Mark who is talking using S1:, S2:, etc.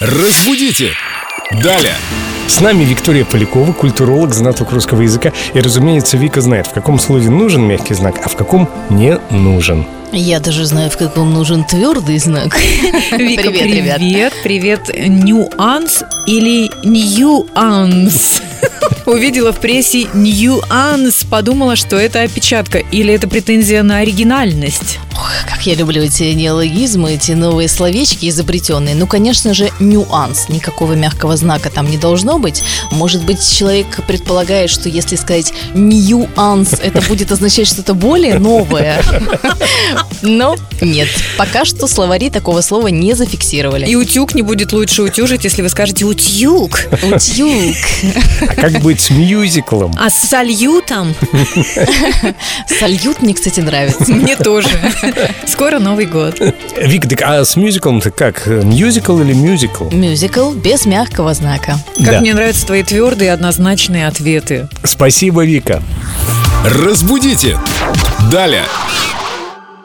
S1: Разбудите! Далее!
S2: С нами Виктория Полякова, культуролог, знаток русского языка. И, разумеется, Вика знает, в каком слове нужен мягкий знак, а в каком не нужен.
S3: Я даже знаю, в каком нужен твердый знак.
S4: Вика,
S3: Привет,
S4: привет,
S3: ребят.
S4: привет, Нюанс или ньюанс? Увидела в прессе ньюанс, подумала, что это опечатка или это претензия на оригинальность.
S3: Ох, как я люблю эти неологизмы, эти новые словечки изобретенные. Ну, конечно же, нюанс. Никакого мягкого знака там не должно быть. Может быть, человек предполагает, что если сказать нюанс, это будет означать что-то более новое. Но нет, пока что словари такого слова не зафиксировали.
S4: И утюг не будет лучше утюжить, если вы скажете утюг,
S3: Утюг.
S2: А как быть с мюзиклом?
S4: а с сольютом
S3: Сольют мне, кстати, нравится.
S4: мне тоже. Скоро Новый год.
S2: Вик, так а с мюзиклом-то как? Мюзикл или мюзикл?
S3: Мюзикл без мягкого знака.
S2: Да.
S4: Как мне нравятся твои твердые однозначные ответы.
S2: Спасибо, Вика.
S1: Разбудите! Далее!